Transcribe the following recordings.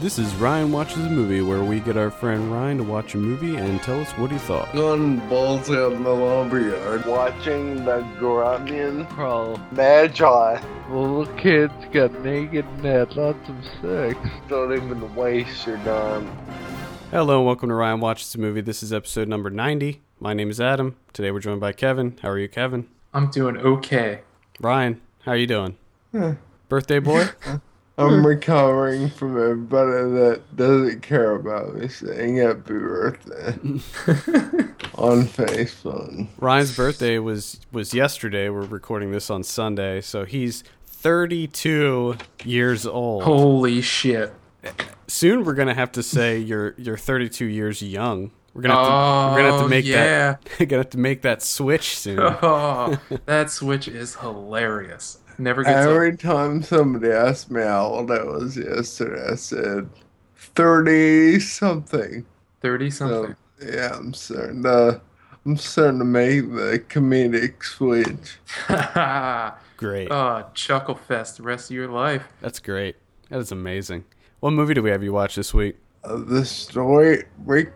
This is Ryan Watches a Movie, where we get our friend Ryan to watch a movie and tell us what he thought. Gun balls out in the lumberyard. Watching the Grunion Bro, Magi. little kids got naked and had lots of sex. Don't even waste your time. Hello and welcome to Ryan Watches a Movie. This is episode number 90. My name is Adam. Today we're joined by Kevin. How are you, Kevin? I'm doing okay. Ryan, how are you doing? Hmm. Birthday boy? I'm recovering from everybody that doesn't care about me saying happy birthday on Facebook. Ryan's birthday was was yesterday. We're recording this on Sunday, so he's 32 years old. Holy shit. Soon we're gonna have to say you're you're 32 years young. We're gonna have to, we're gonna have Oh, to make yeah. that we're gonna have to make that switch soon. Oh, that switch is hilarious. Never gets old. Every time somebody asked me how old I was yesterday, I said 30 something. 30 something. So, yeah, I'm starting to. I'm starting to make the comedic switch. Great. oh, chuckle fest the rest of your life. That's great. That is amazing. What movie do we have you watch this week? Uh, the story, Rick.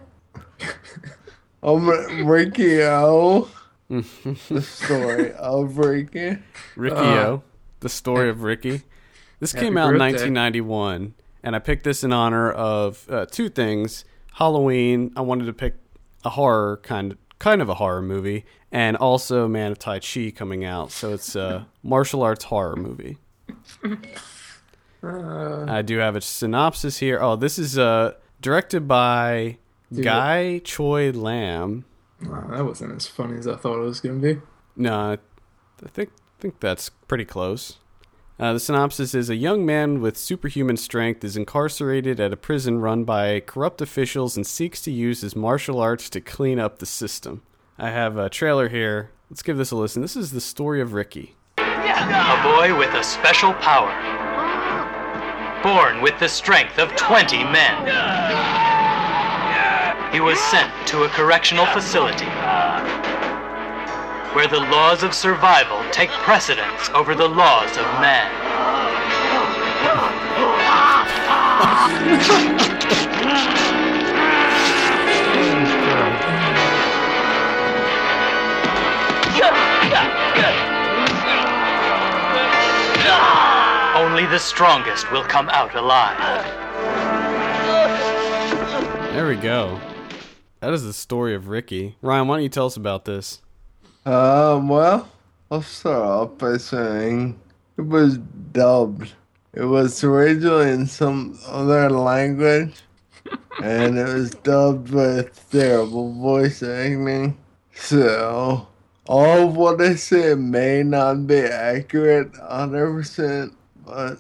um, Ricky O. the story of Ricky. Ricky Uh, O, The Story of Ricky. This came Happy out in birthday. 1991, and I picked this in honor of uh, two things: Halloween. I wanted to pick a horror kind, kind of a horror movie, and also Man of Tai Chi coming out. So it's a martial arts horror movie. Uh, I do have a synopsis here. Oh, this is uh, directed by Guy Choi Lam. Wow, that wasn't as funny as I thought it was going to be. No, I think think that's pretty close. Uh, the synopsis is: A young man with superhuman strength is incarcerated at a prison run by corrupt officials and seeks to use his martial arts to clean up the system. I have a trailer here. Let's give this a listen. This is the story of Ricky. A boy with a special power. Born with the strength of 20 men. He was sent to a correctional facility where the laws of survival take precedence over the laws of man. Only the strongest will come out alive. There we go. That is the story of Ricky. Ryan, why don't you tell us about this? Um, well, I'll start off by saying it was dubbed. It was originally in some other language, and it was dubbed with terrible voice acting. So, all of what I say may not be accurate 100%, but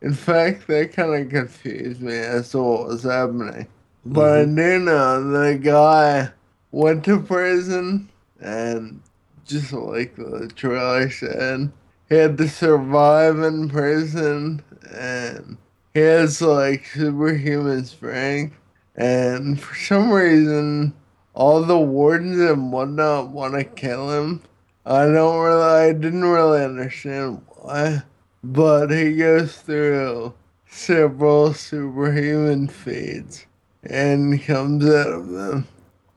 in fact, that kind of confused me as to what was happening. But I do know the guy went to prison and just like the trailer said, he had to survive in prison and he has like superhuman strength. And for some reason, all the wardens and whatnot want to kill him. I don't really, I didn't really understand why, but he goes through several superhuman feats and comes out of them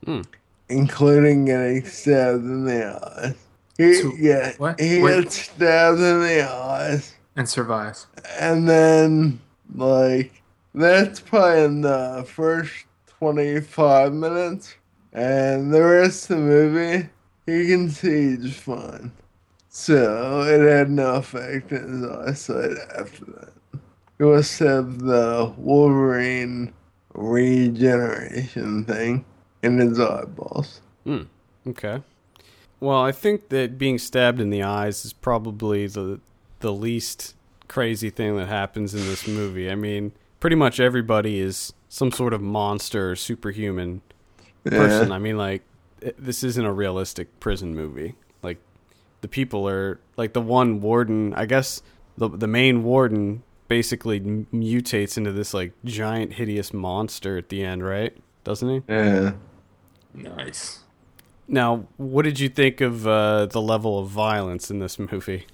Hmm. including getting stabbed in the eyes. He, So- yeah, what? he Wait. gets stabbed in the eyes, And survives. and then like that's probably in the first twenty-five minutes, and the rest of the movie he can see just fine. So it had no effect on his eyesight after that. It was said the Wolverine regeneration thing in his eyeballs. Okay. Well, I think that being stabbed in the eyes is probably the the least crazy thing that happens in this movie. I mean, pretty much everybody is some sort of monster or superhuman person. I mean, like i- this isn't a realistic prison movie. Like the people are like the one warden, I guess the the main warden basically m- mutates into this like giant hideous monster at the end, right? Doesn't he? Yeah. Nice. Now, what did you think of uh, the level of violence in this movie?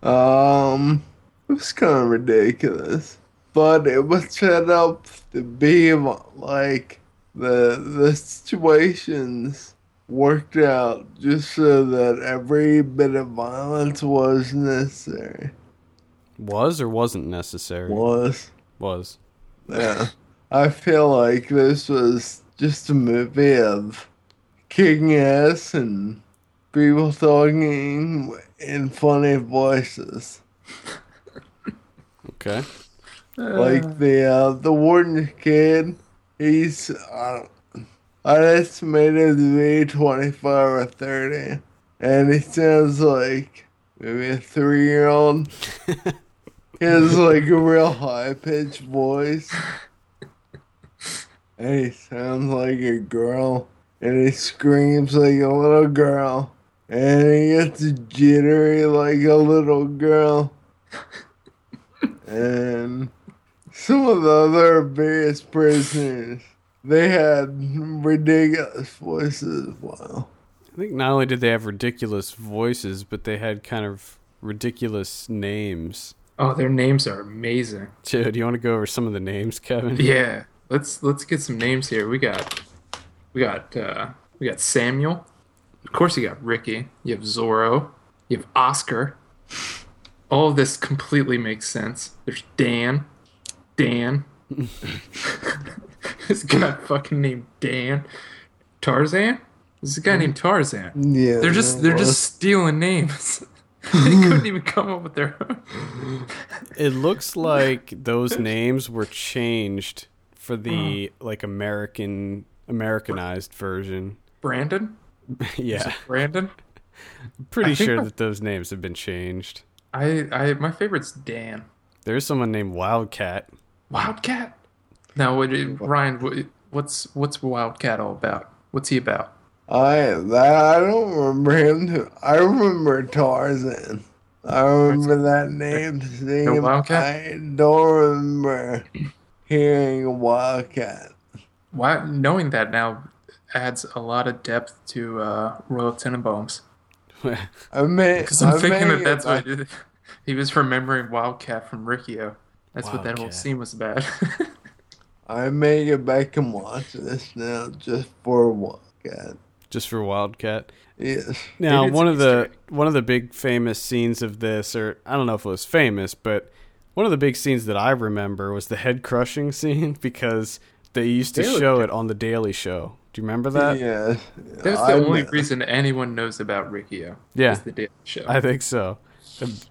Um, it was kind of ridiculous. but it was set up to be like the the situations worked out just so that every bit of violence was necessary. Was or wasn't necessary? Was Was. yeah. I feel like this was just a movie of kicking ass and people talking in funny voices. Okay. like the uh, the warden kid. He's uh, I estimated to be twenty five or thirty, and he sounds like maybe a three year old. he has like a real high pitched voice, and he sounds like a girl, and he screams like a little girl, and he gets jittery like a little girl, and some of the other various prisoners, they had ridiculous voices. Wow. I think not only did they have ridiculous voices, but they had kind of ridiculous names. Oh, their names are amazing. Dude, do you want to go over some of the names, Kevin? Yeah, let's let's get some names here. We got we got uh, we got Samuel. Of course, you got Ricky. You have Zorro. You have Oscar. All of this completely makes sense. There's Dan. Dan. this guy fucking named Dan. Tarzan. There's a guy named Tarzan. Yeah. They're just they're just stealing names. they couldn't even come up with their own. It looks like those names were changed for the Oh. like American Americanized version. Brandon. yeah. Brandon. Pretty I think sure I- that those names have been changed. I I my favorite's Dan. There's someone named Wildcat. Wildcat. Now, what, Ryan, what, what's what's Wildcat all about? What's he about? I that I don't remember him. to- I remember Tarzan. I remember that name. Seeing No him. Wildcat? I don't remember hearing Wildcat. Why knowing that now adds a lot of depth to uh, Royal Tenenbaums I mean, because I'm I thinking mean, that that's what he was remembering Wildcat from Riccio. That's what that whole Wildcat. scene was about. I may get back and watch this now just for Wildcat. Just for Wildcat. Yes. Now, it's one of the Easter one of the big famous scenes of this, or I don't know if it was famous, but one of the big scenes that I remember was the head crushing scene because they used to Daily show it on the Daily Show. Do you remember that? yes. that's the I only know. reason anyone knows about Riccio. Yeah. is the Daily Show. I think so.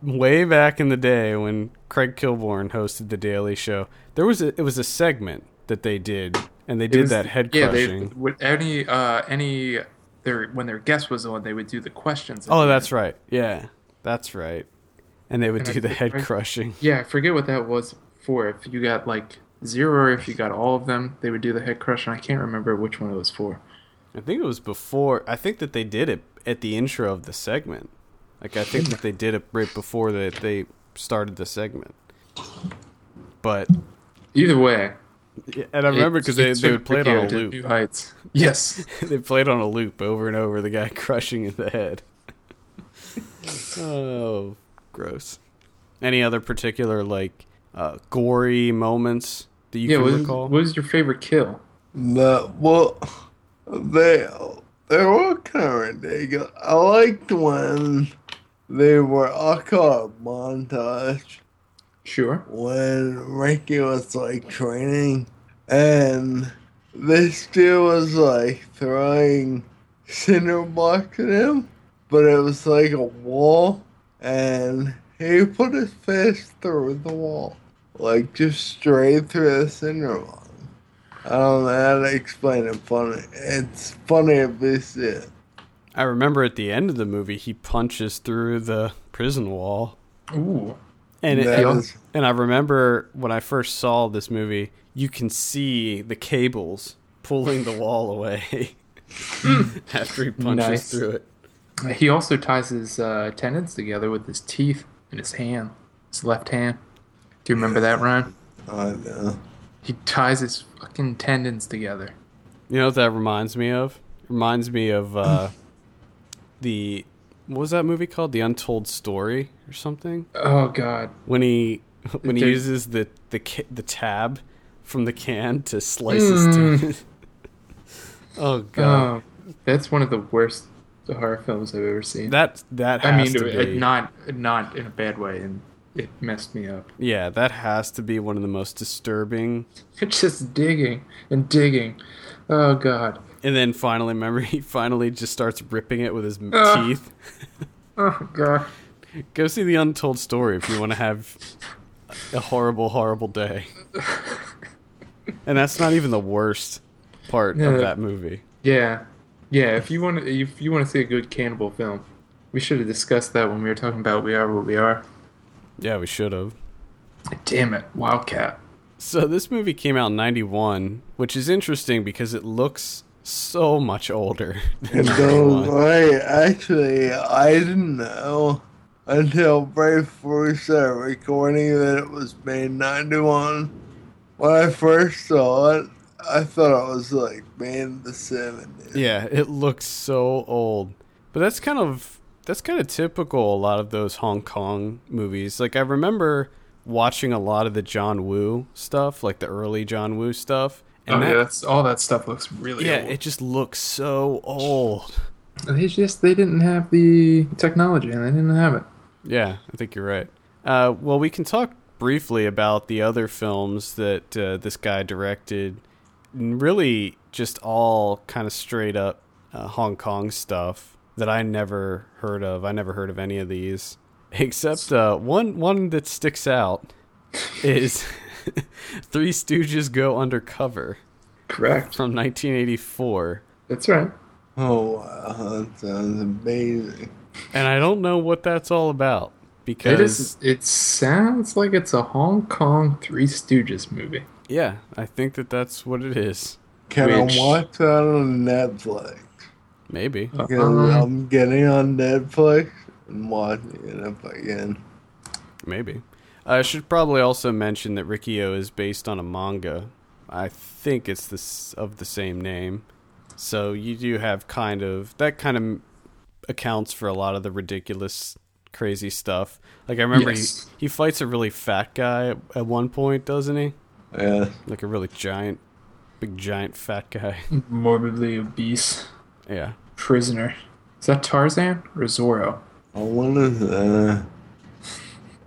Way back in the day when Craig Kilborn hosted the Daily Show, there was a, it was a segment that they did, and they did was- that head yeah, they, crushing. with any uh, any their when their guest was on, they would do the questions. oh, that's right. Yeah, that's right. And they would And I do the think head Craig- crushing. Yeah, I forget what that was for. If you got like zero or if you got all of them, they would do the head crush, and I can't remember which one it was for. I think it was before. I think that they did it at the intro of the segment. Like I think that they did it right before that they started the segment. But Either way, and I remember because they, they would play it on a to loop. New heights. Yes, they played on a loop over and over. The guy crushing in the head. oh, gross. Any other particular like uh, gory moments that you yeah. can What was, recall? what was your favorite kill? The well, they they were kind of ridiculous. I liked when they were. I call it montage Sure. when Ricky was like training, and this dude was like throwing cinder blocks at him, but it was like a wall, and he put his fist through the wall, like just straight through the cinder block. I don't know how to explain it funny. It's funny if you see it. I remember at the end of the movie, he punches through the prison wall, Ooh. and it, That is- And I remember when I first saw this movie, you can see the cables pulling the wall away after he punches Nice. through it. He also ties his uh, tendons together with his teeth and his hand, his left hand. Do you remember that, Ryan? I know. He ties his fucking tendons together. You know what that reminds me of? Reminds me of uh, the what was that movie called? The Untold Story or something? Oh God. When he when he Dude. uses the the ca- the tab from the can to slice his Mm. tongue. oh god, Oh, that's one of the worst horror films I've ever seen. that that I has mean, to it- be not not in a bad way, and it messed me up. yeah, that has to be one of the most disturbing. It's just digging and digging. Oh God. And then finally, remember, he finally just starts ripping it with his m Ah. teeth. Oh God. Go see the untold story if you want to have a horrible, horrible day. and that's not even the worst part No. of that movie. Yeah, yeah. If you want to, if you want to see a good cannibal film, we should have discussed that when we were talking about We Are What We Are. Yeah, we should have. Damn it, Wildcat. So this movie came out in 91, which is interesting because it looks so much older. than No 91. way. Actually, I didn't know until right before we started recording that it was May 91. When I first saw it, I thought it was like May in the 70s. Yeah, it looks so old. But that's kind of that's kind of typical a lot of those Hong Kong movies. Like I remember watching a lot of the John Woo stuff, like the early John Woo stuff. And oh that, yeah, that's all that stuff looks really. yeah, old. it just looks so old. They just they didn't have the technology and they didn't have it. Yeah, I think you're right. Uh, well, we can talk briefly about the other films that uh, this guy directed. And Really, just all kind of straight up uh, Hong Kong stuff that I never heard of. I never heard of any of these, except uh, one. One that sticks out is Three Stooges Go Undercover Correct. from 1984. That's right. Oh, wow. That sounds amazing. And I don't know what that's all about because It is. It sounds like it's a Hong Kong Three Stooges movie. yeah, I think that that's what it is. Can Which- I watch that on Netflix? Maybe. Because uh, Um, I'm getting on Netflix and watching it if I can. Maybe. I should probably also mention that Rikio is based on a manga. I think it's this of the same name. So you do have kind of that kind of accounts for a lot of the ridiculous crazy stuff. Like I remember Yes. he, he fights a really fat guy at, at one point, doesn't he? Yeah. Like a really giant big giant fat guy. morbidly obese yeah. prisoner. Is that Tarzan or Zorro? I wonder if uh,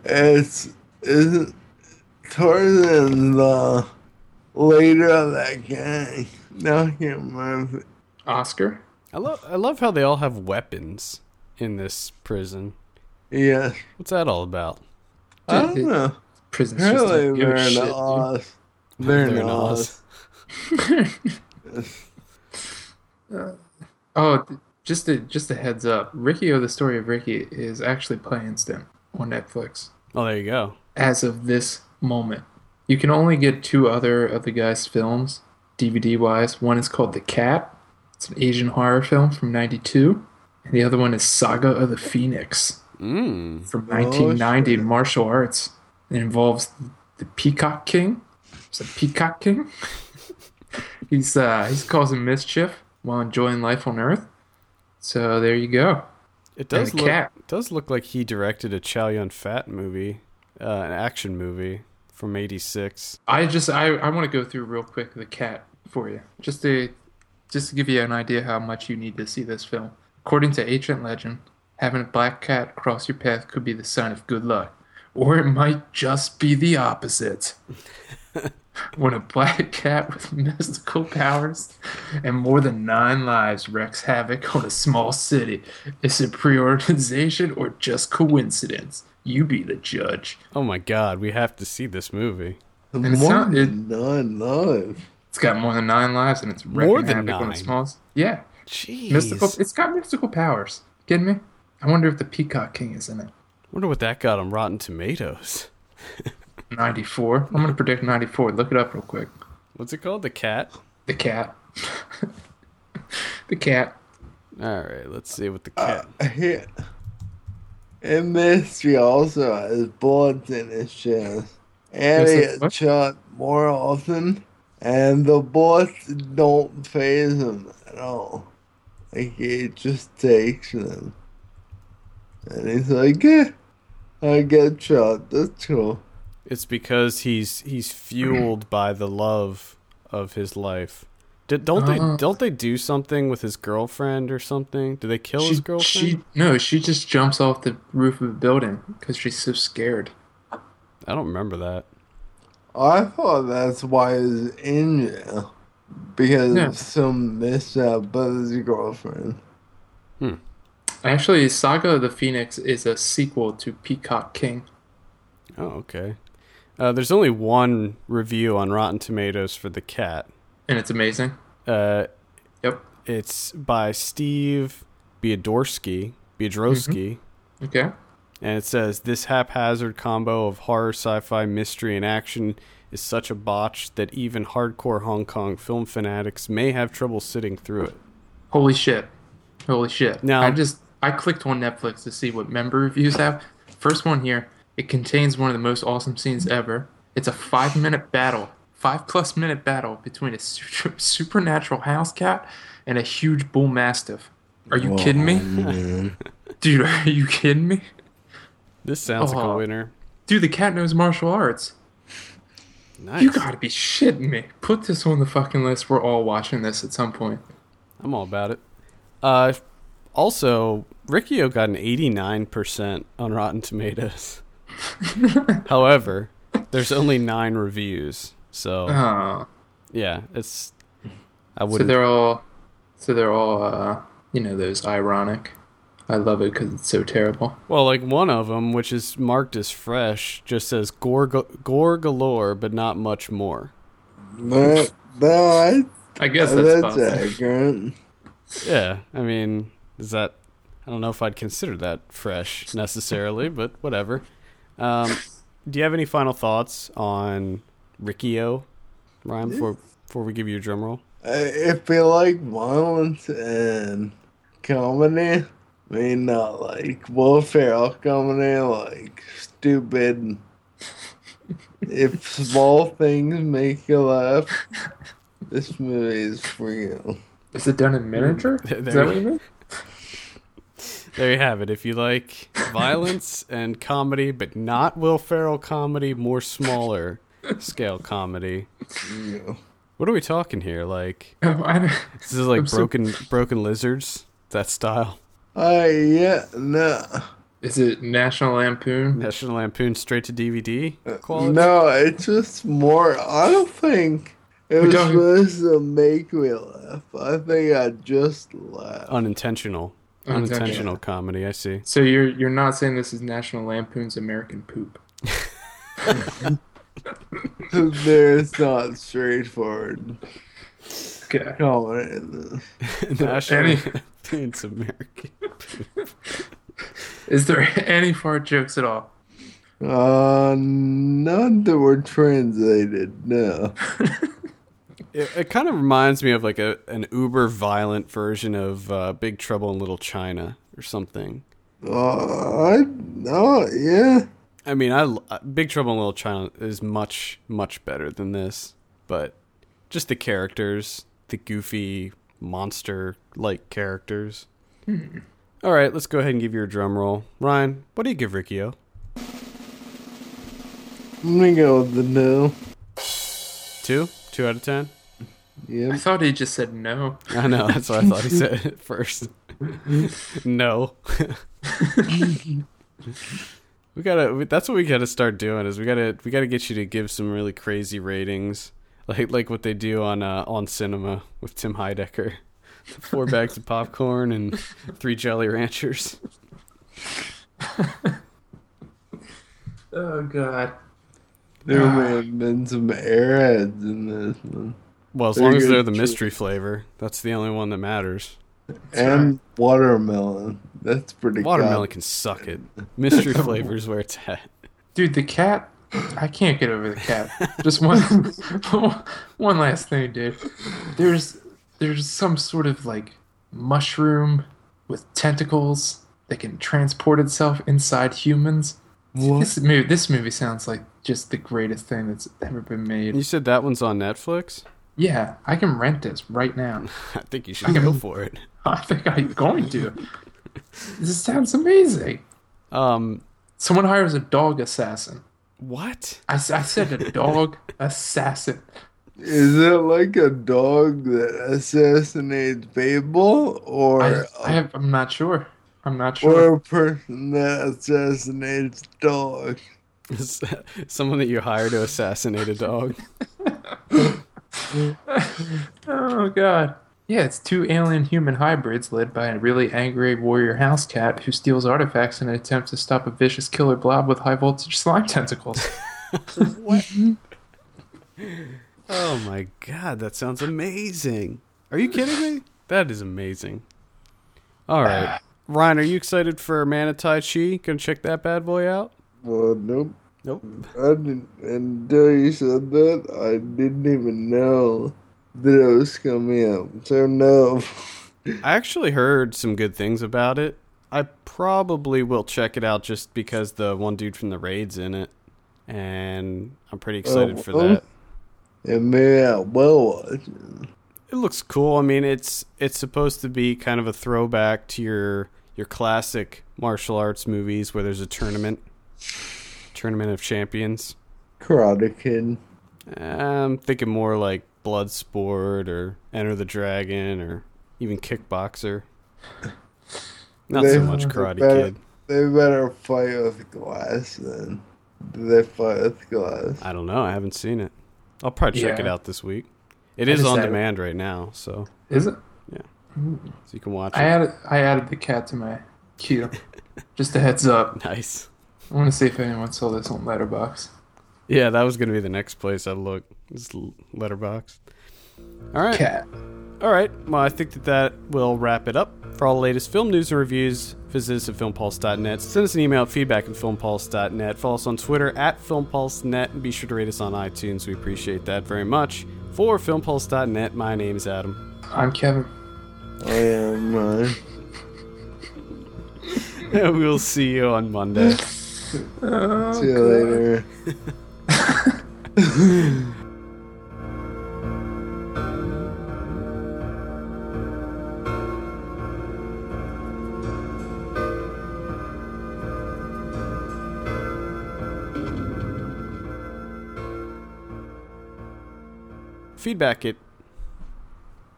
it's isn't Tarzan the leader of that gang. No, I can't remember. Oscar. I love I love how they all have weapons in this prison. Yes, What's that all about? I don't know. Prisoners just Really, don't give a they're shit, dude. not. They're They're, in not. Oz. Oh, th- just a just a heads up. Ricky O, the story of Ricky, is actually playing Stim on Netflix Oh, there you go. as of this moment. You can only get two other of the guy's films, DVD wise. One is called The Cat. It's an Asian horror film from '92, and the other one is Saga of the Phoenix Mm. from Oh, 1990 in martial arts. It involves the Peacock King. It's a Peacock King. he's uh, he's causing mischief while enjoying life on Earth. So there you go. It and does a look cat. it does look like he directed a Chow Yun Fat movie, uh, an action movie from '86. I just I, I want to go through real quick the cat for you just to just to give you an idea how much you need to see this film. According to ancient legend, having a black cat cross your path could be the sign of good luck, or it might just be the opposite. when a black cat with mystical powers and more than nine lives wreaks havoc on a small city, is it pre-organization or just coincidence? You be the judge. Oh my God, we have to see this movie. And it's More not- it- than nine lives. It's got more than nine lives, and it's More wrecking than havoc on nine? the smalls. Yeah, Jeez, mystical. It's got mystical powers. Kidding me? I wonder if the Peacock King is in it. Wonder what that got on Rotten Tomatoes. Ninety-four. I'm gonna predict ninety-four. Look it up real quick. What's it called? The Cat. The cat. the cat. All right, let's see what the cat. Here. And mystery also has bullets in his chest. And Yes, he it- gets what? shot more often, and the bullets don't phase him at all. Like, he just takes them. "Eh, And he's like, yeah, I get shot, that's cool. It's because he's he's fueled by the love of his life. Did, don't Oh. they don't they do something with his girlfriend or something? Do they kill his She, girlfriend? she no, she just jumps off the roof of a building because she's so scared. I don't remember that. I thought that's why he's in jail because Yeah. of some mishap with his girlfriend. Actually, Saga of the Phoenix is a sequel to Peacock King. Oh, okay. Uh, there's only one review on Rotten Tomatoes for the cat. and it's amazing. Uh, Yep. it's by Steve Biodorsky, Biodrowski, Okay. and it says this haphazard combo of horror, sci-fi, mystery, and action is such a botch that even hardcore Hong Kong film fanatics may have trouble sitting through it. Holy shit. Holy shit. Now- I just I clicked on Netflix to see what member reviews have. First one here. It contains one of the most awesome scenes ever. It's a five minute battle, five plus minute battle between a su- supernatural house cat and a huge bull mastiff. Are you kidding me? Dude, are you kidding me? This sounds like a Oh. winner. Dude, the cat knows martial arts. Nice. You gotta be shitting me. Put this on the fucking list. We're all watching this at some point. I'm all about it. Uh, also, Riccio got an 89% on Rotten Tomatoes. However, there's only nine reviews, so Oh. yeah, it's. I So wouldn't. they're all, so they're all, uh, you know, those ironic. I love it because it's so terrible. well, like one of them, which is marked as fresh, just says gore, ga- gore galore, but not much more. That, that, I guess that's, that's possible. accurate. Yeah, I mean, is that? I don't know if I'd consider that fresh necessarily, but whatever. Um, do you have any final thoughts on Riccio, Ryan? Before before we give you a drum roll, Uh, If you like violence and comedy, may not like Will Ferrell comedy, like stupid. if small things make you laugh, this movie is for you. Is it done in miniature? Is There that you- what Mm. you mean? there you have it. If you like violence and comedy, but not Will Ferrell comedy, more smaller scale comedy. you. What are we talking here? Like Oh, I don't- this is like I'm so- broken broken lizards that style. Uh, yeah, no. Is it National Lampoon? National Lampoon straight to DVD Uh, quality. No, it's just more. I don't think it was don't- supposed to make me laugh. I think I just laughed. Unintentional. Unintentional. Unintentional comedy, I see. So you're you're not saying this is National Lampoon's American Poop? There's not straightforward Okay. comedy in this. National Any- Lampoon's American. Is there any fart jokes at all? Uh, none that were translated, no. It, it kind of reminds me of like a an uber violent version of uh, Big Trouble in Little China or something. Uh, I, oh, yeah. I mean, I l- uh, Big Trouble in Little China is much much better than this, but just the characters, the goofy monster like characters. Hmm. All right, let's go ahead and give your drum roll, Ryan. What do you give Riccio? I'm gonna go with the no. Two, two out of ten. I Yep. thought he just said no. I know. That's what I thought he said at first. no. we gotta. we- That's what we gotta start doing. Is we gotta we gotta get you to give some really crazy ratings, like like what they do on uh, on cinema with Tim Heidecker, four bags of popcorn and three Jolly Ranchers. Oh God. There may Ah. have been some airheads in this one. Well, as Very long as good they're the choice. mystery flavor, that's the only one that matters. And watermelon. That's pretty Watermelon can suck it. Mystery flavors where it's at. Dude, the cat. I can't get over the cat. Just one, one last thing, dude. There's, there's some sort of like mushroom with tentacles that can transport itself inside humans. This movie, this movie sounds like just the greatest thing that's ever been You made. said that one's on Netflix. Yeah, I can rent this right now. I think you should go for it. I think I'm going to. This sounds amazing. Um, Someone hires a dog assassin. What? I, s- I said a dog assassin. Is it like a dog that assassinates people, or I, I have, I'm not sure. I'm not sure. or a person that assassinates dogs? Is that someone that you hire to assassinate a dog? oh god. Yeah, it's two alien human hybrids led by a really angry warrior house cat who steals artifacts in an attempt to stop a vicious killer blob with high voltage slime tentacles. Oh my god, that sounds amazing. Are you kidding me? That is amazing. All right. Ryan, are you excited for Manitai Chi? Gonna check that bad boy out? Well, nope. Nope. I didn't, until you said that, I didn't even know that it was coming out. So no. I actually heard some good things about it. I probably will check it out just because the one dude from the raid's in it. And I'm pretty excited for well. that. And maybe I will watch it. It looks cool. I mean, it's it's supposed to be kind of a throwback to your your classic martial arts movies where there's a tournament, tournament of champions. Karate Kid. I'm thinking more like Bloodsport or Enter the Dragon or even Kickboxer. Not so They- much Karate better- Kid. They better fight with glass then. Do they fight with glass? I don't know. I haven't seen it. I'll probably check Yeah. it out this week. It is just on had it. demand right now, so Is it? so you can watch I it. added I added the cat to my queue. Just a heads up. Nice. I want to see if anyone saw this on Letterbox. Yeah, that was gonna be the next place I look. This l- letterbox. All right. Cat. All right. Well, I think that that will wrap it up. For all the latest film news and reviews, visit us at filmpulse.net. Send us an email at feedback at filmpulse.net. Follow us on Twitter at filmpulse.net. And be sure to rate us on iTunes. We appreciate that very much. For filmpulse.net, my name is Adam. I'm Kevin. I am mine. And we'll see you on Monday. See you later. feedback it.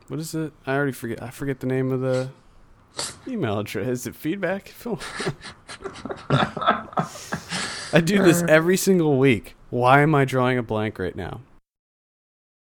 What is it? I already forget. I forget the name of the email address. Is it feedback? I do this every single week. Why am I drawing a blank right now?